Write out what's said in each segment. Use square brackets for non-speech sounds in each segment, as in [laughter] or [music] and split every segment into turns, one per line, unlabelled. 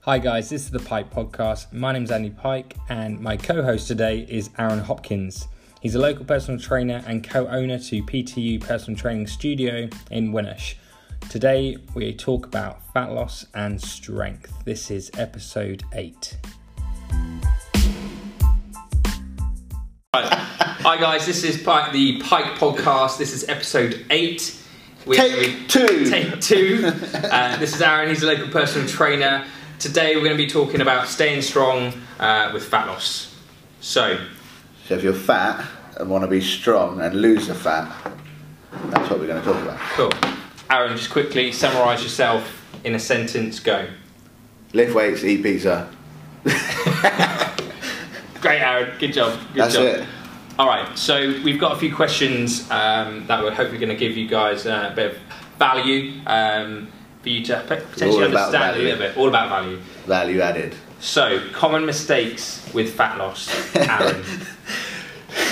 Hi, guys, this is the Pike Podcast. My name's Andy Pike, and my co host today is Aaron Hopkins. He's a local personal trainer and co owner to PTU Personal Training Studio in Winnish. Today, we talk about fat loss and strength. This is episode 8. Hi, guys, this is Pike, the Pike Podcast. This is episode 8. We-
Take two.
Take
[laughs]
two. Uh, this is Aaron. He's a local personal trainer. Today we're going to be talking about staying strong uh, with fat loss. So,
So if you're fat and want to be strong and lose the fat, that's what we're going to talk about.
cool. Aaron, just quickly summarise yourself in a sentence. Go.
Lift weights, eat pizza.
Great, Aaron. Good job. Good
That's
job.
it.
All right. So we've got a few questions um, that we're hopefully going to give you guys uh, a bit of value um, for you to p- potentially
all about
understand a
value.
little bit. All about value.
Value added.
So, common mistakes with fat loss,
[laughs]
Aaron.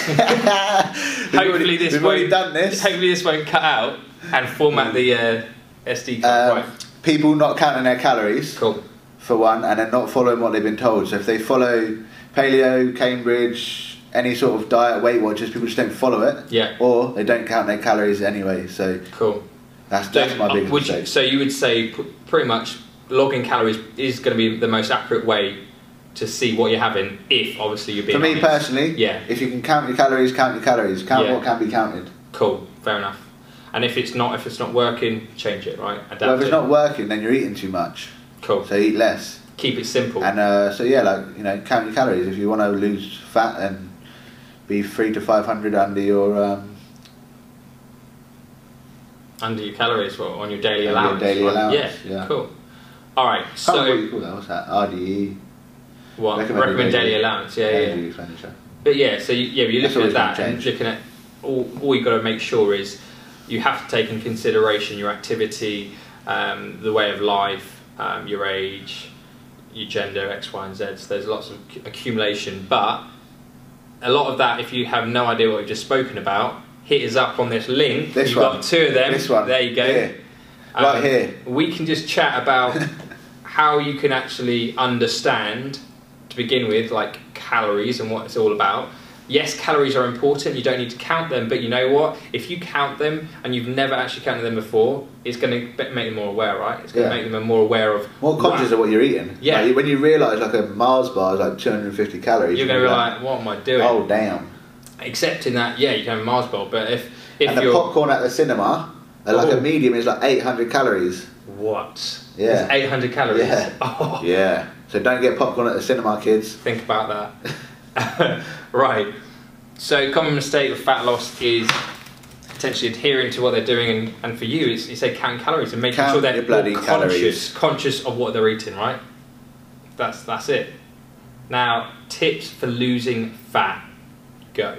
[laughs] hopefully this
We've
won't,
already done this.
Hopefully this won't cut out and format the uh, SD card.
Um,
right.
People not counting their calories
Cool.
for one, and then not following what they've been told. So if they follow paleo, Cambridge, any sort of diet, Weight Watchers, people just don't follow it.
Yeah.
Or they don't count their calories anyway. So
Cool.
that's that's my
uh,
biggest
would you-
mistake.
so you would say p- pretty much logging calories is going to be the most accurate way to see what you're having if obviously you're being
For me
honest.
personally,
Yeah.
if you can count your calories, count your calories. Count
Yeah.
what can be counted.
Cool. Fair enough. And if it's not if it's not working, change it. Right. Adapt
Well, if
it.
it's not working, then you're eating too much.
cool.
So eat less.
Keep it simple.
And uh, so yeah, like you know, count your calories. If you want to lose fat and be three to five hundred under your um,
under your calories well, on your daily
Under your
allowance.
daily
right?
allowance,
Yeah,
yeah.
cool. All right,
so what do
so
you call that? What's that? RDE.
what
recommended
recommend
daily-
daily allowance? Yeah, yeah, yeah.
energy expenditure.
But yeah, so you, yeah, but you're
That's
looking at
always
that
gonna
and
change.
looking at all. All you got to make sure is you have to take in consideration your activity, um, the way of life, um, your age, your gender, X, Y, and Z. So there's lots of c- accumulation, but a lot of that, if you have no idea what we've just spoken about, hit us up on this link.
This
You've
one.
got two of them.
This one.
There you go.
Here. Right here.
We can just chat
[laughs]
about how you can actually understand, to begin with, like calories and what it's all about. Yes, calories are important. You don't need to count them, but you know what? If you count them and you've never actually counted them before, it's going to make them more aware, right? It's going to
Yeah.
make them more aware of
More conscious
wow,
of what you're eating.
Yeah.
Like, when you realise like a Mars bar is like two hundred and fifty calories.
You're going to be
you're
like, what am I doing?
oh damn.
Accepting that, yeah, you can have a Mars bowl, but if if
and the
you're
popcorn at the cinema, uh, like
Oh.
a medium, is like eight hundred calories.
what?
Yeah.
It's 800 calories.
Yeah.
[laughs] Oh.
Yeah. So don't get popcorn at the cinema, kids.
Think about that. [laughs] right. So, common mistake with fat loss is potentially adhering to what they're doing, and, and for you, it's, you say count calories and making
Count
sure they're
your bloody
all conscious,
calories.
conscious of what they're eating. Right. That's that's it. Now, tips for losing fat. Go.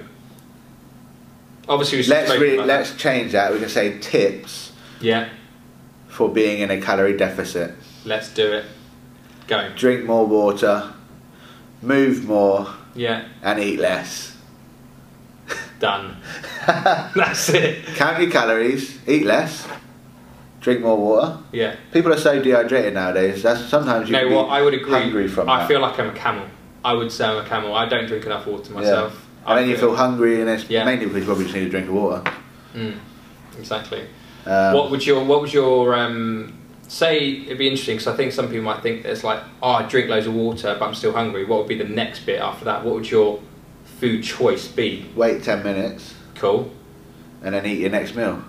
Obviously, we've
Let's
spoken
re-
about
let's change that. We can say tips
that. Yeah,
for being in a calorie deficit.
let's do it. Go.
drink more water, move more,
Yeah,
and eat less. [laughs]
done. [laughs]
Count
That's it.
your calories, eat less, drink more water.
Yeah.
People are so dehydrated nowadays. That's sometimes you
No,
can be
what I would agree.
hungry from
I
that.
feel like I'm a camel. I would say I'm a camel. I don't drink enough water myself.
Yeah.
I
And then you feel hungry, and it's
Yeah.
mainly because you probably just need a drink of water.
Mm, exactly.
Um,
what would your What would your um, say? It'd be interesting because I think some people might think that it's like, oh, I drink loads of water, but I'm still hungry. What would be the next bit after that? What would your food choice be?
wait ten minutes,
Cool.
and then eat your next meal,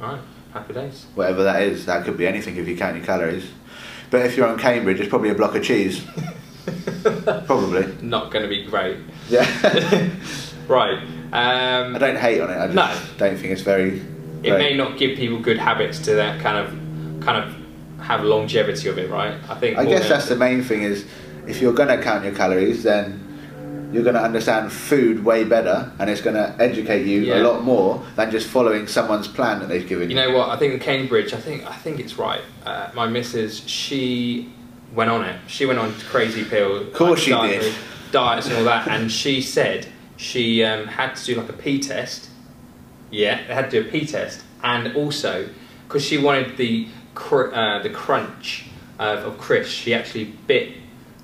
All right. Happy days. [laughs]
whatever that is. That could be anything if you count your calories. But if you're on Cambridge, it's probably a block of cheese. [laughs] probably.
[laughs] Not going to be great.
Yeah.
right.
I
Um,
don't hate on it. I just
No.
don't think it's very.
it
great.
may not give people good habits to that kind of kind of have longevity of it, right? I think.
I
more
guess
than-
that's the main thing is if you're going to count your calories, then you're going to understand food way better and it's going to educate you
Yeah.
a lot more than just following someone's plan that they've given
You
you.
know what? I think in Cambridge, I think I think it's right. Uh, my missus, she went on it. She went on crazy pill. Of
course she did.
Diets and all that, and she said she um, had to do like a pee test. Yeah, they had to do a pee test, and also because she wanted the cr- uh, the crunch of, of Chris. She actually bit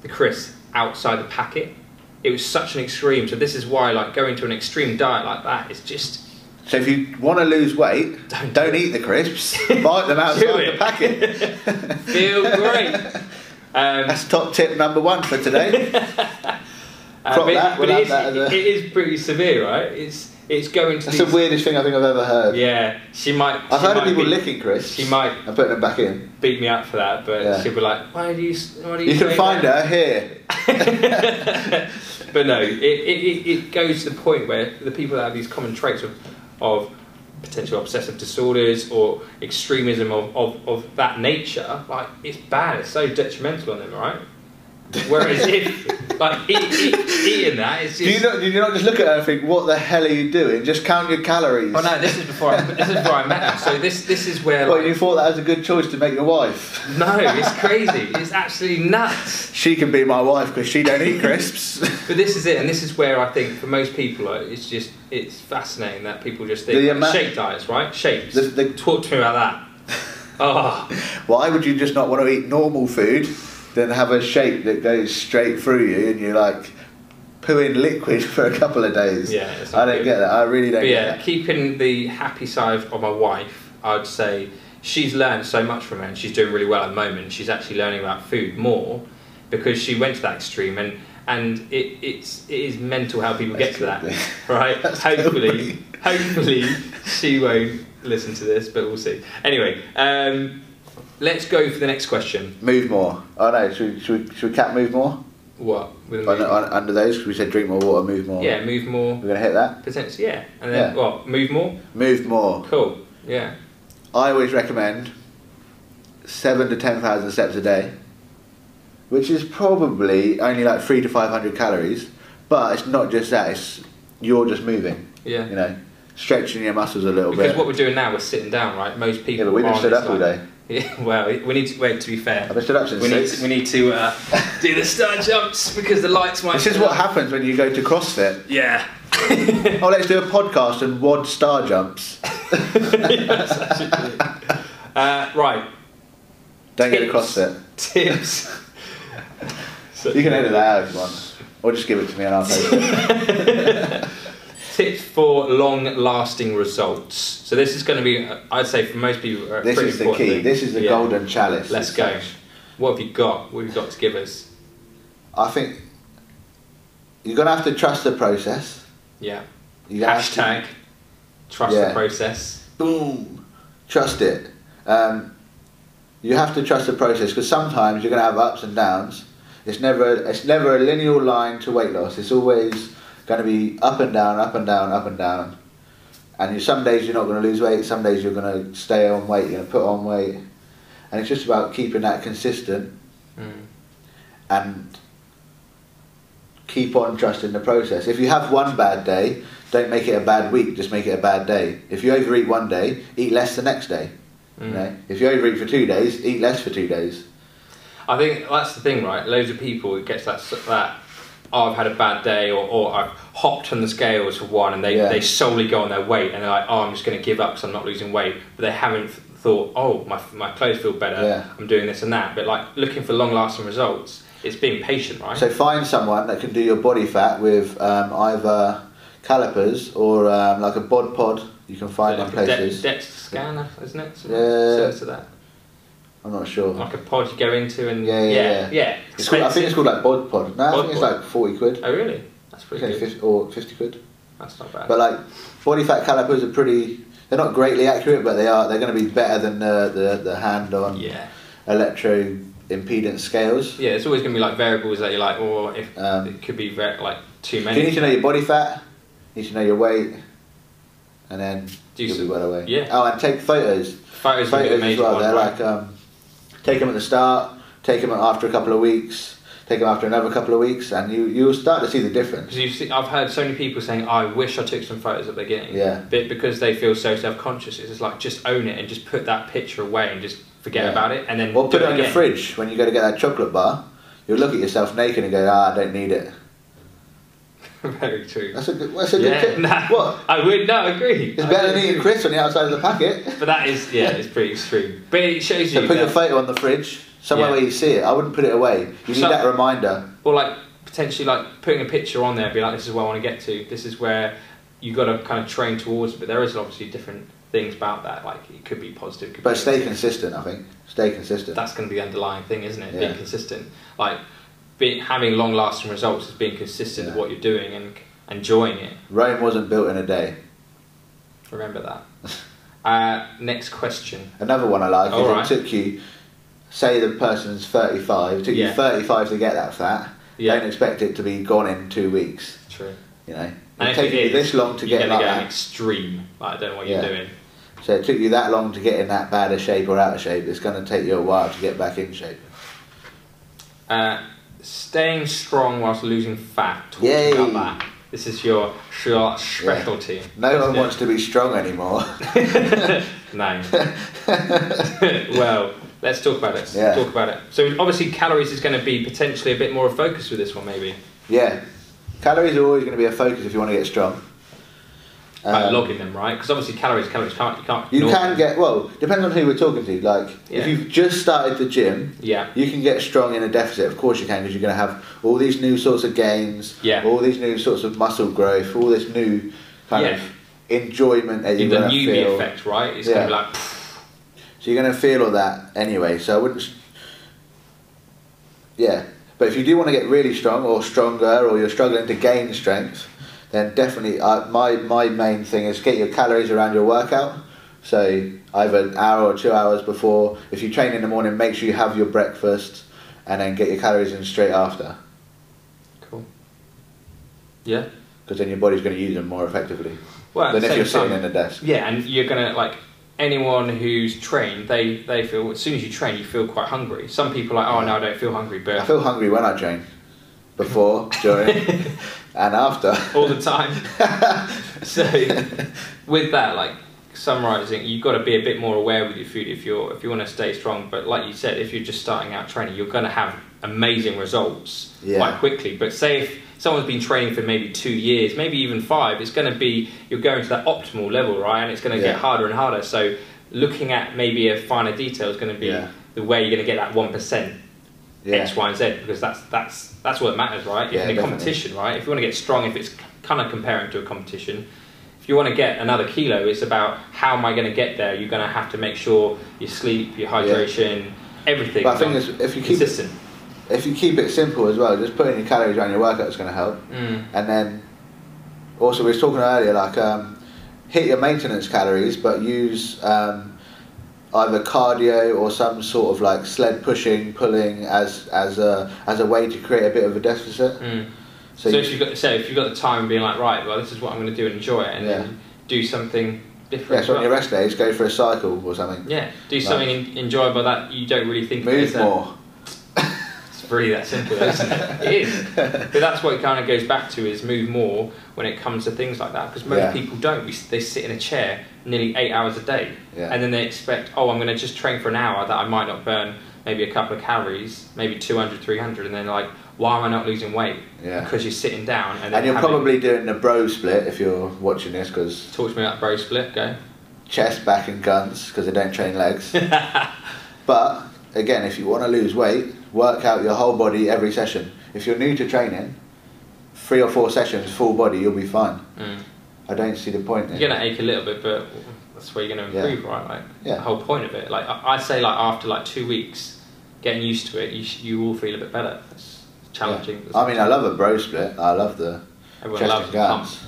the Chris outside the packet. It was such an extreme. So this is why, like, going to an extreme diet like that is just
So if you want to lose weight,
Don't
don't, eat the
[laughs]
crisps. Bite them
Do
outside
it.
the
[laughs]
packet. [laughs]
feel great. Um, [laughs]
That's top tip number one for today.
uh,
Crop
but
that,
but
we'll
it, is,
have that as a-
it is pretty severe, right? It's it's going to
That's
these,
the weirdest thing I think I've ever heard.
yeah. She might.
I've
she
heard of
might
people
be-
licking crisps
She might
and putting them back in.
beat me up for that, but
Yeah.
she'll be like, "Why do you? s- Why do you?"
You can find her here.
her. [laughs] but no, it, it, it- it goes to the point where the people that have these common traits of, of potential obsessive disorders or extremism of, of, of that nature, like it's bad. It's so detrimental on them, right? Whereas if like eat, eat, eating that, it's just.
Do you, not, do you not just look at her and think, what the hell are you doing? Just count your calories.
Oh no! This is before I, this is before I met her. So this this is where
Well,
like,
you thought that was a good choice to make your wife.
no, it's crazy. It's absolutely nuts.
She can be my wife because she don't eat crisps. [laughs]
But this is it, and this is where I think for most people, like, it's just it's fascinating that people just think
The
like,
amount-
shake diets, right? Shapes.
The- the-
Talk to me about
[laughs]
that. Oh,
Why would you just not want to eat normal food than have a shake that goes straight through you and you're like pooing liquid [laughs] for a couple of days?
Yeah, it's not
I don't
good.
get that. I really don't
but yeah,
get that.
keeping the happy side of my wife, I'd say she's learned so much from it, and she's doing really well at the moment. She's actually learning about food more because she went to that extreme, and and it, it's it is mental how people get
That's
to that, [laughs]
creepy.
right?
[laughs] That's
hopefully, hopefully she won't listen to this, but we'll see. Anyway, um, let's go for the next question.
Move more. Oh no, should we, should we, should we cap move more?
What? With
On, on, under those, 'Cause we said drink more water, move more.
yeah, move more
We're going to hit that?
potentially. Yeah, and then
Yeah.
what? Move more.
Move more.
Cool. Yeah.
I always recommend seven to 10,000 steps a day, which is probably only like three to 500 calories, but it's not just that, it's you're just moving.
Yeah.
you know, stretching your muscles a little
Because
bit.
what we're doing now, we're sitting down, right? Most people.
yeah, but we've been
aren't,
stood
it's
up all
like-
day.
Yeah, [laughs] well, we need to wait. To be fair,
I've been stood up since
we need
six.
to, we need to uh, do the star jumps because the lights might.
This is what happens when you go to CrossFit.
Yeah. [laughs]
Oh, let's do a podcast and wad star jumps.
Uh, right.
Don't get to
Tips.
CrossFit.
Tips. So-
You can edit that out if you want, or just give it to me and I'll
[laughs]
take it.
Tips for long-lasting results. So this is going to be, uh, I'd say, for most people, a
This
pretty
is the
important
key.
thing.
This is the
Yeah.
golden chalice.
Let's
It's
go.
like-
What have you got? What have you got to give us?
I think you're gonna have to trust the process.
Yeah.
You Have
Hashtag. Trust the
Yeah.
process.
to, boom. Trust it. Um, you have to trust the process because sometimes you're gonna have ups and downs. It's never it's never a linear line to weight loss. It's always going to be up and down, up and down, up and down. And you, some days you're not going to lose weight. Some days you're going to stay on weight. You're going to put on weight, and it's just about keeping that consistent
Mm.
and keep on trusting the process. If you have one bad day, don't make it a bad week. Just make it a bad day. If you overeat one day, eat less the next day. You
Mm.
know? If you overeat for two days, eat less for two days.
I think that's the thing, right? Loads of people it gets that that oh, I've had a bad day, or, or I've hopped on the scales for one, and they,
Yeah.
they solely go on their weight, and they're like, oh, I'm just going to give up because I'm not losing weight, but they haven't thought, oh, my my clothes feel better,
Yeah.
I'm doing this and that, but like looking for long lasting results, it's being patient, right?
So find someone that can do your body fat with um, either calipers or um, like a bod pod. You can
So
find in
like a de-
places.
depth scanner, isn't it? Something
Yeah.
similar to that.
I'm not sure.
Like a pod you go into and
Yeah, yeah,
yeah,
yeah.
yeah.
It's called, I think
Expensive.
it's called like bod pod. No, I
Bod
think it's
pod.
like forty quid.
Oh really? That's pretty
Okay,
good.
50, or fifty quid.
That's not bad.
But like body fat calipers are pretty. They're not greatly accurate, but they are. They're going to be better than the the, the hand on
yeah.
electro impedance scales.
Yeah, it's always going to be like variables that you're like, or if
Um,
it could be ver- like too
So you
many.
need to know your body fat. You need to know your weight, and then
Do
you'll
some-
be well away.
yeah.
Oh, and take photos.
Photos would be the
photos as
major
well.
one.
They're
right?
like um, take them at the start, take them after a couple of weeks, take them after another couple of weeks, and you you'll start to see the difference.
Because you've seen, I've heard so many people saying, "I wish I took some photos at the beginning."
Yeah.
But because they feel so self-conscious, it's just like just own it and just put that picture away and just forget
Yeah.
about it, and then
Or
do
put it on your
again.
fridge when you go to get that chocolate bar. You'll look at yourself naked and go, ah, I don't need it.
[laughs] Very true.
That's a good, that's a
yeah. [laughs]
good tip.
nah,
What?
I would no I agree.
It's
I
better
would
than eating
agree.
crisps on the outside of the packet.
But that is yeah, it's pretty extreme. But it shows
So
you.
put your
that-
photo on the fridge. somewhere
Yeah.
where you see it. I wouldn't put it away. You need
So-
that reminder.
or like potentially like putting a picture on there and be like this is where I want to get to this is where you got to kind of train towards it but there is obviously different things about that like it could be positive it could
But
be
stay
negative.
consistent. I think stay consistent.
that's going to be the underlying thing isn't it
Yeah.
being consistent like being, having long lasting results is being consistent with
Yeah.
what you're doing and enjoying it
Rome wasn't built in a day.
remember that
[laughs]
uh, next question
Another one I like.
All
is
right.
It took you, say the person's thirty-five. It took
Yeah.
you thirty-five to get that fat.
Yeah.
Don't expect it to be gone in two weeks.
true
You know,
And
it
if
took
it
you
is,
this long to
you're
get
gonna
like
go an
that.
extreme like, I don't know what
Yeah.
you're doing
So it took you that long to get in that bad a shape or out of shape. It's going to take you a while to get back in shape.
Uh, staying strong whilst losing fat. Talk
Yay.
about that. This is your sh- specialty.
[laughs] No one
isn't it?
wants to be strong anymore. [laughs]
no. [laughs] well, let's talk about it.
Yeah.
Talk about it. So obviously, calories is going to be potentially a bit more of focus with this one, maybe.
yeah, calories are always going to be a focus if you want to get strong.
By
Um,
logging them, right? Because obviously, calories, calories can't you can't.
You
ignore
can
them.
get well. Depends on who we're talking to. Like
Yeah.
if you've just started the gym,
Yeah.
you can get strong in a deficit. Of course you can, because you're going to have all these new sorts of gains,
Yeah.
all these new sorts of muscle growth, all this new kind
Yeah.
of enjoyment that you're
the
going to
newbie
feel.
effect, right? It's going
Yeah.
to be like. [sniffs] pfft,
So you're going to feel all that anyway. So I wouldn't. s- Yeah, but if you do want to get really strong or stronger, or you're struggling to gain strength, then definitely uh, my my main thing is get your calories around your workout. So either an hour or two hours before. If you train in the morning, make sure you have your breakfast, and then get your calories in straight after,
Cool. Yeah.
because then your body's going to use them more effectively
Well, at
than
the
if
same
you're sitting
time-
in a desk.
Yeah, and you're gonna like anyone who's trained, they they feel as soon as you train, you feel quite hungry. Some people are like, oh no, I don't feel hungry,
I
but
feel hungry when I train, before, during,
[laughs]
and after.
all the time. [laughs] so with that, like summarizing, you've got to be a bit more aware with your food if you're if you want to stay strong. But like you said, if you're just starting out training, you're gonna have amazing results
Yeah.
quite quickly. But say if someone's been training for maybe two years, maybe even five, it's gonna be you're going to that optimal level, right? And it's gonna
Yeah.
get harder and harder. So looking at maybe a finer detail is gonna be
Yeah.
the way you're gonna get that one percent
[laughs] Yeah.
X, Y, and Z because that's that's that's what matters, right?
Yeah,
in a
definitely.
competition, right? If you want to get strong, if it's kind of comparing to a competition, if you want to get another kilo, it's about how am I going to get there? You're going to have to make sure your sleep, your hydration, everything.
But I think it's- if you keep-
consistent,
if you keep it simple as well, just putting your calories around your workout is going to help.
Mm.
And then also we was talking earlier, like um, hit your maintenance calories, but use um, either cardio or some sort of like sled pushing, pulling as as a as a way to create a bit of a deficit.
Mm.
So,
So,
you-
if you've got say if you've got the time, being like right, well, this is what I'm going to do and enjoy it, and then do something different.
yeah,
as
so on
well.
your rest days, go for a cycle or something.
yeah, do
Like-
something en- enjoyable that you don't really think
Move
is there.
more.
It's really that simple, isn't
[laughs]
it? it is. But that's what it kind of goes back to is move more when it comes to things like that because most
Yeah.
people don't. We, s- they sit in a chair nearly eight hours a day
Yeah.
and then they expect, oh, I'm going to just train for an hour that I might not burn maybe a couple of calories, maybe 200, 300, and then like, why am I not losing weight?
Yeah.
Because you're sitting down and, then
And you're
having-
probably doing the bro split if you're watching this because
Talk to me about bro split, go.
chest, back, and guns because they don't train
[laughs]
legs. but again, if you want to lose weight, work out your whole body every session. If you're new to training, three or four sessions full body, you'll be fine.
Mm.
I don't see the point. in it.
You're gonna ache a little bit, but that's where you're gonna
Yeah.
improve, right? Like
Yeah.
the whole point of it. Like I, I say, like after like two weeks, getting used to it, you sh- you will feel a bit better. It's challenging.
I mean, I love a bro split. I love the
everyone
chest
loves
and
the pump
guns,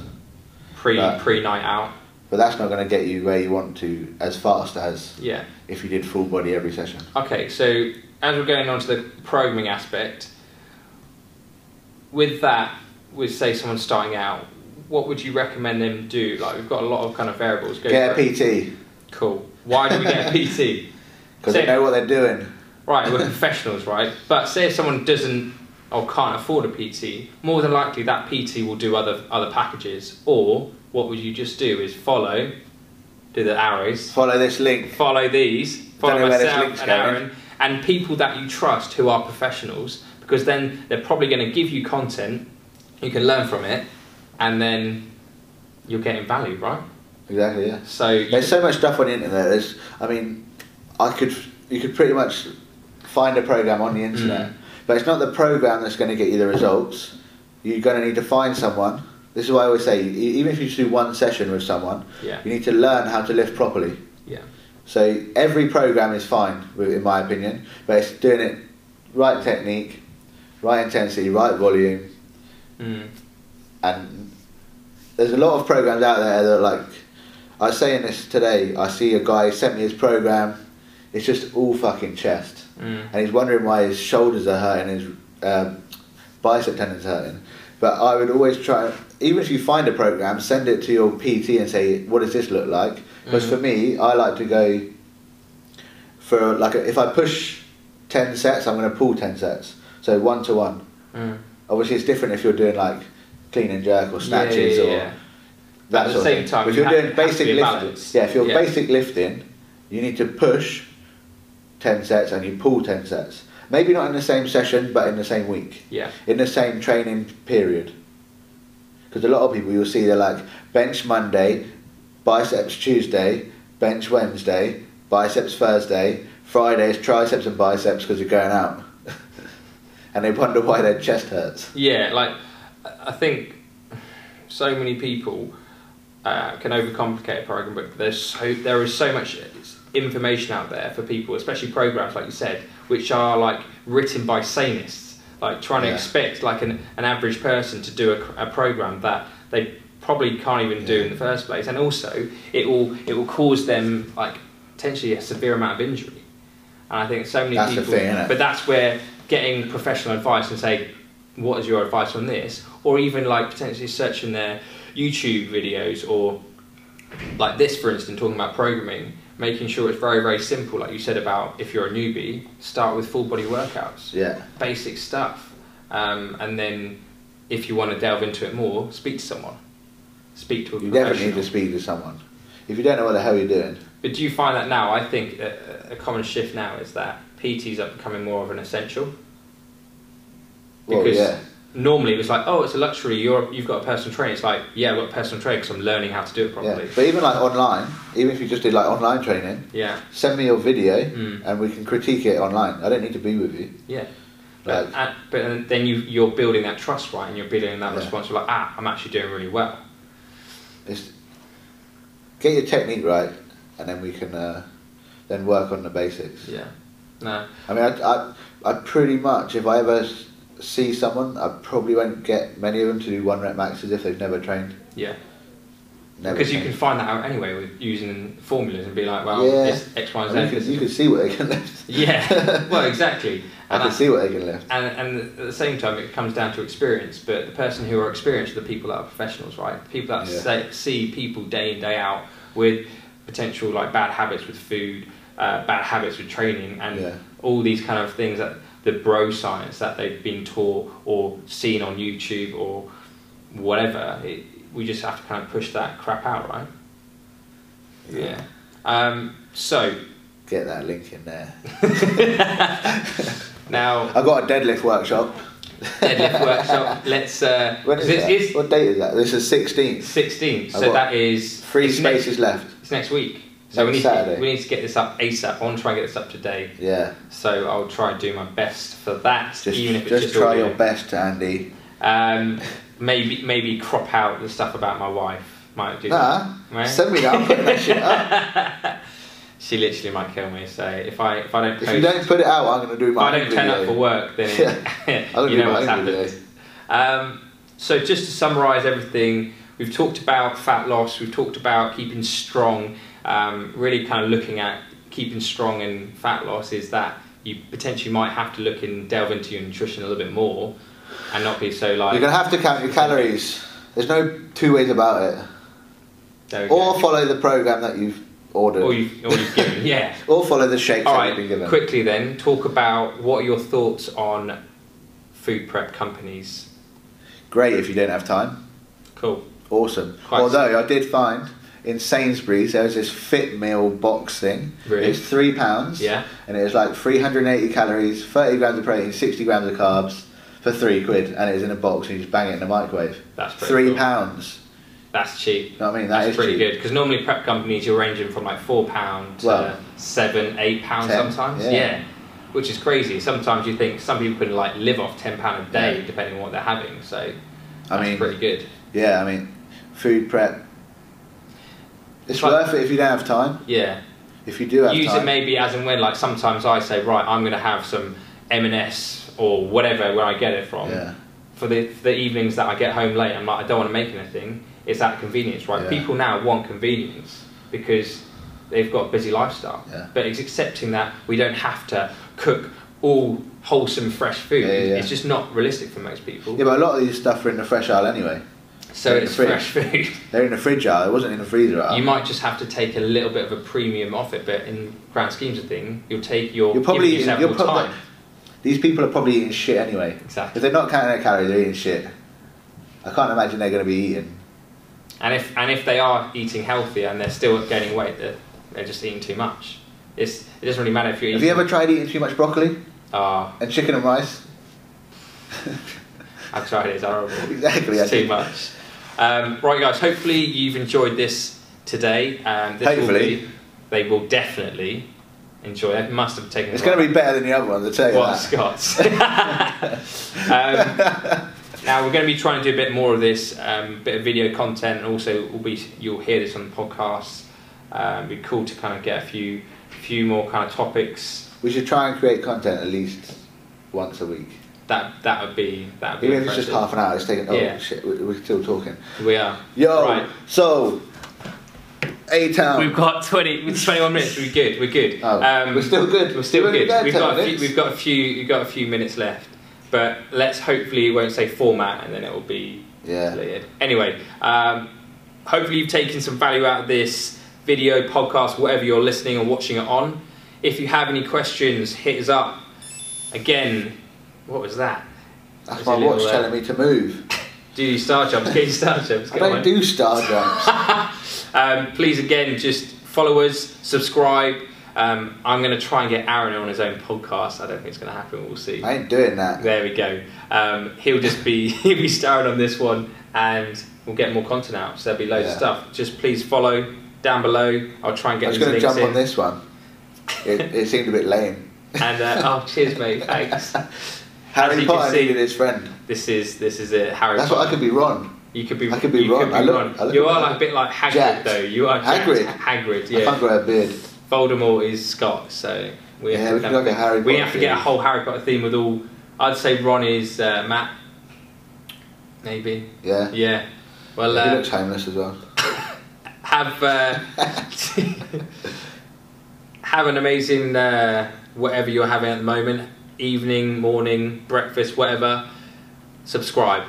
pre
but-
pre night out.
but that's not going to get you where you want to as fast as
Yeah.
if you did full body every session.
Okay. So as we're going on to the programming aspect, with that, with say someone starting out, what would you recommend them do? Like we've got a lot of kind of variables. Go
Get
for it.
a PT
Cool. Why do we
[laughs]
get a PT?
because they
Say-
know what they're doing.
Right, we're professionals, right? But say if someone doesn't or can't afford a PT, more than likely that PT will do other other packages. Or what would you just do is follow, do the arrows,
Follow this link.
follow these,
Don't
follow
know where this
myself
link's
and
going.
Aaron, and people that you trust who are professionals, because then they're probably going to give you content, you can learn from it, and then you're getting value, right?
Exactly. Yeah.
So you
There's so much stuff on the internet. There's, I mean, I could you could pretty much find a program on the internet. But it's not the program that's going to get you the results. You're going to need to find someone. This is why I always say, e- even if you just do one session with someone,
Yeah.
you need to learn how to lift properly.
Yeah.
So every program is fine, wi- in my opinion, but it's doing it right technique, right intensity, right volume,
Mm.
and there's a lot of programs out there that are like I was saying this today. I see a guy sent me his program. It's just all fucking chest,
Mm.
and he's wondering why his shoulders are hurting, his um, bicep tendons hurting. But I would always try, even if you find a program, send it to your PT and say, "What does this look like?" Because
Mhm.
for me, I like to go for like if I push ten sets, I'm going to pull ten sets, so one to one
Mm.
obviously it's different if you're doing like clean and jerk or snatches
yeah, yeah,
or
yeah.
that
At the
sort
same
of thing.
time,
But if
you
you're
have-
doing
it has to
basic
be a
lifting,
balance.
yeah, if you're
Yeah.
basic lifting, you need to push ten sets and you pull ten sets. Maybe not in the same session, but in the same week,
yeah.
in the same training period. Because a lot of people you'll see they're like bench Monday, biceps Tuesday, bench Wednesday, biceps Thursday, Fridays triceps and biceps because you're going out, [laughs] and they wonder why their chest hurts.
Yeah, like I I think so many people uh, can overcomplicate a program, but there's so there is so much information out there for people, especially programs like you said, which are like written by sanists, like trying to
Yeah.
expect like an, an average person to do a, cr- a program that they probably can't even do in the first place, and also it will it will cause them like potentially a severe amount of injury. And I think so many
That's the
people,
thing, innit?
but that's where getting professional advice and say, what is your advice on this? Or even like potentially searching their YouTube videos or like this, for instance, talking about programming, making sure it's very, very simple. Like you said about if you're a newbie, start with full body workouts,
Yeah.
basic stuff. Um, and then if you want to delve into it more, speak to someone. Speak to a
You definitely
professional.
need to speak to someone. If you don't know what the hell you're doing,
But do you find that now? I think a, a common shift now is that PTs are becoming more of an essential.
well,
Because
yeah,
normally it was like, oh, it's a luxury. You're you've got a personal trainer. It's like, yeah, I've got a personal trainer because I'm learning how to do it
yeah.
properly.
But even like online, even if you just did like online training,
Yeah,
send me your video
Mm.
and we can critique it online. I don't need to be with you.
yeah. But,
Like-
and- but uh, then you you're building that trust, right? And you're building that
Yeah.
response. You're like, ah, I'm actually doing really well.
It's get your technique right, and then we can uh, then work on the basics.
Yeah. No.
I mean, I, I, I pretty much if I ever s- see someone, I probably won't get many of them to do one rep maxes if they've never trained.
Yeah.
Never
because you can
trained.
find that out anyway with using formulas and be like, well,
Yeah.
this X, Y,
I mean,
and Z.
you,
is-
can, you can see what they can lift. [laughs]
yeah. [laughs] well, exactly.
I
And
can
I-
see what they can lift.
And, and at the same time, it comes down to experience. But the person who are experienced are the people that are professionals, right? The people that
Yeah.
say, see people day in day out with potential like bad habits with food, uh, bad habits with training, and
Yeah.
all these kind of things that the bro science that they've been taught or seen on YouTube or whatever. It, we just have to kind of push that crap out, right?
Yeah.
Um, so [laughs]
Get that link in there.
now
I've got a deadlift workshop.
deadlift
[laughs]
workshop. Let's. Uh,
When is
this
that?
is-
what date is that? This is 16th.
16th.
I've
So
got
that is
Three
it's next,
spaces left.
it's next week. So
Next
we need
Saturday.
to, we need to get this up ASAP. I want to try and get this up today.
Yeah.
So I'll try and do my best for that,
Just,
even if it's
just,
just
try
audio.
your best, Andy.
Um, maybe maybe crop out the stuff about my wife. Might do that.
Nah.
Right?
Send me that. I'm putting that shit up.
she literally might kill me. So if I if I don't [laughs]
If
post,
you don't put it out, I'm going to do
if I
my
don't
own
turn
video.
up for work, [laughs] then
I'll
you
do
know
my
what's
own
happened.
video.
Um, so just to summarise everything, we've talked about fat loss, we've talked about keeping strong. Um, really, kind of looking at keeping strong and fat loss is that you potentially might have to look and delve into your nutrition a little bit more, and not be so
You're
like.
going to have to count your calories. There's no two ways about it.
there we
Or
go.
follow the program that you've ordered.
or you or you've
[laughs]
given, yeah.
Or follow the shakes
All
that you've been
right,
given.
quickly then, talk about what are your thoughts on food prep companies.
Great if you don't have time.
Cool.
Awesome.
Quite
Although I did find in Sainsbury's there was this fit meal box thing.
Really?
It's three pounds.
Yeah.
And it was like 380 calories, 30 grams of protein, 60 grams of carbs for three quid, and it was in a box and you just bang it in the microwave.
That's pretty
three
cool.
pounds.
That's cheap.
You know what I mean? That
That's
is
pretty
cheap.
good because normally prep companies you're ranging from like four pound to
Well,
seven, eight pounds
ten,
sometimes.
yeah.
Yeah. which is crazy. Sometimes you think some people can like live off ten pound a day
Yeah.
depending on what they're having. So
I
that's
mean-
pretty good.
Yeah, I mean, food prep. It's
But-
worth it if you don't have time.
Yeah,
If you do have
use it
time,
maybe as and when. Like sometimes I say, right, I'm going to have some M and S or whatever where I get it from.
yeah,
for the, for the evenings that I get home late, I'm like, I don't want to make anything. It's that convenience, right?
Yeah.
People now want convenience because they've got a busy lifestyle.
Yeah.
But it's accepting that we don't have to cook all wholesome, fresh food.
Yeah, yeah, yeah.
It's just not realistic for most people.
yeah, but a lot of these stuff are in the fresh aisle anyway.
so
in the
it's
fridge.
fresh food. [laughs]
They're in the fridge aisle. It wasn't in the freezer aisle.
you might just have to take a little bit of a premium off it, but in grand schemes of things, you'll take your
You're probably eating-
yourself
you're
more
probably-
time.
These people are probably eating shit anyway.
Exactly.
If they're not counting their calories, they're eating shit. I can't imagine they're going to be eating.
And if and if they are eating healthier and they're still gaining weight, they're, they're just eating too much. It's, it doesn't really matter if you're
Have
eating.
you ever tried eating too much broccoli
Ah,
and chicken and rice? [laughs]
I've tried it. It's horrible.
Exactly.
It's
I
too
think.
much. Um, right, guys. Hopefully you've enjoyed this today. Um, this
Hopefully.
will be, they will definitely enjoy. They must have taken.
It's going to be better than the other ones. I tell you
what
that.
Scots. [laughs] um, now we're going to be trying to do a bit more of this, um, bit of video content, and also will be you'll hear this on the podcast. Um, it'd be cool to kind of get a few, few more kind of topics.
We should try and create content at least once a week.
That that would be that would be
Even if it's just
impressive.
half an hour, it's taking. Oh
Yeah.
shit, we- we're still talking.
We are
Yo,
Right.
so A
We've
Town.
got 20, 21 minutes. We're good. We're good. Um,
Oh, we're still good.
We're still
We've only
good.
got
We've
10
got, a few,
minutes.
we've got a few. We've got a few minutes left. But let's hopefully it won't say format, and then it will be
Yeah.
deleted. Anyway, um, hopefully you've taken some value out of this video, podcast, whatever you're listening or watching it on. If you have any questions, hit us up. Again, what was that?
That's
There's
my
a little,
watch
uh,
telling me to move.
Do your star jumps. Get your star jumps.
I
Go on.
don't do star jumps.
Um, please, again, just follow us, subscribe. Um, I'm going to try and get Aaron on his own podcast. I don't think it's going to happen. We'll see.
I ain't doing that.
There we go. Um, he'll just be [laughs] he'll be starring on this one, and we'll get more content out. So there'll be loads of
Yeah.
stuff. Just please follow down below. I'll try and
I
get
was
these
going to
links
jump
in.
on this one. It, it seemed a bit lame.
And uh, oh, cheers,
[laughs]
mate. Thanks. As
Harry
you can
Potter
see-
needed his friend.
This is this is it, Harry.
That's what I could be Ron.
You could be.
I could be
you
Ron. I look- I look
you
like-
are like a bit like Hagrid,
Jacked.
though. You are jacked.
Hagrid.
Hagrid.
I
Yeah.
can't grow a beard.
Voldemort is Scott, so we
Yeah,
have
we
to,
could have a Harry
we
Potter
have to get a
theme.
whole Harry Potter theme with all. I'd say Ron is uh, Matt, maybe.
Yeah.
Yeah. Well,
he
uh,
looks homeless as well.
have uh, have an amazing uh, whatever you're having at the moment, evening, morning, breakfast, whatever. Subscribe.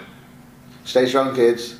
Stay strong, kids.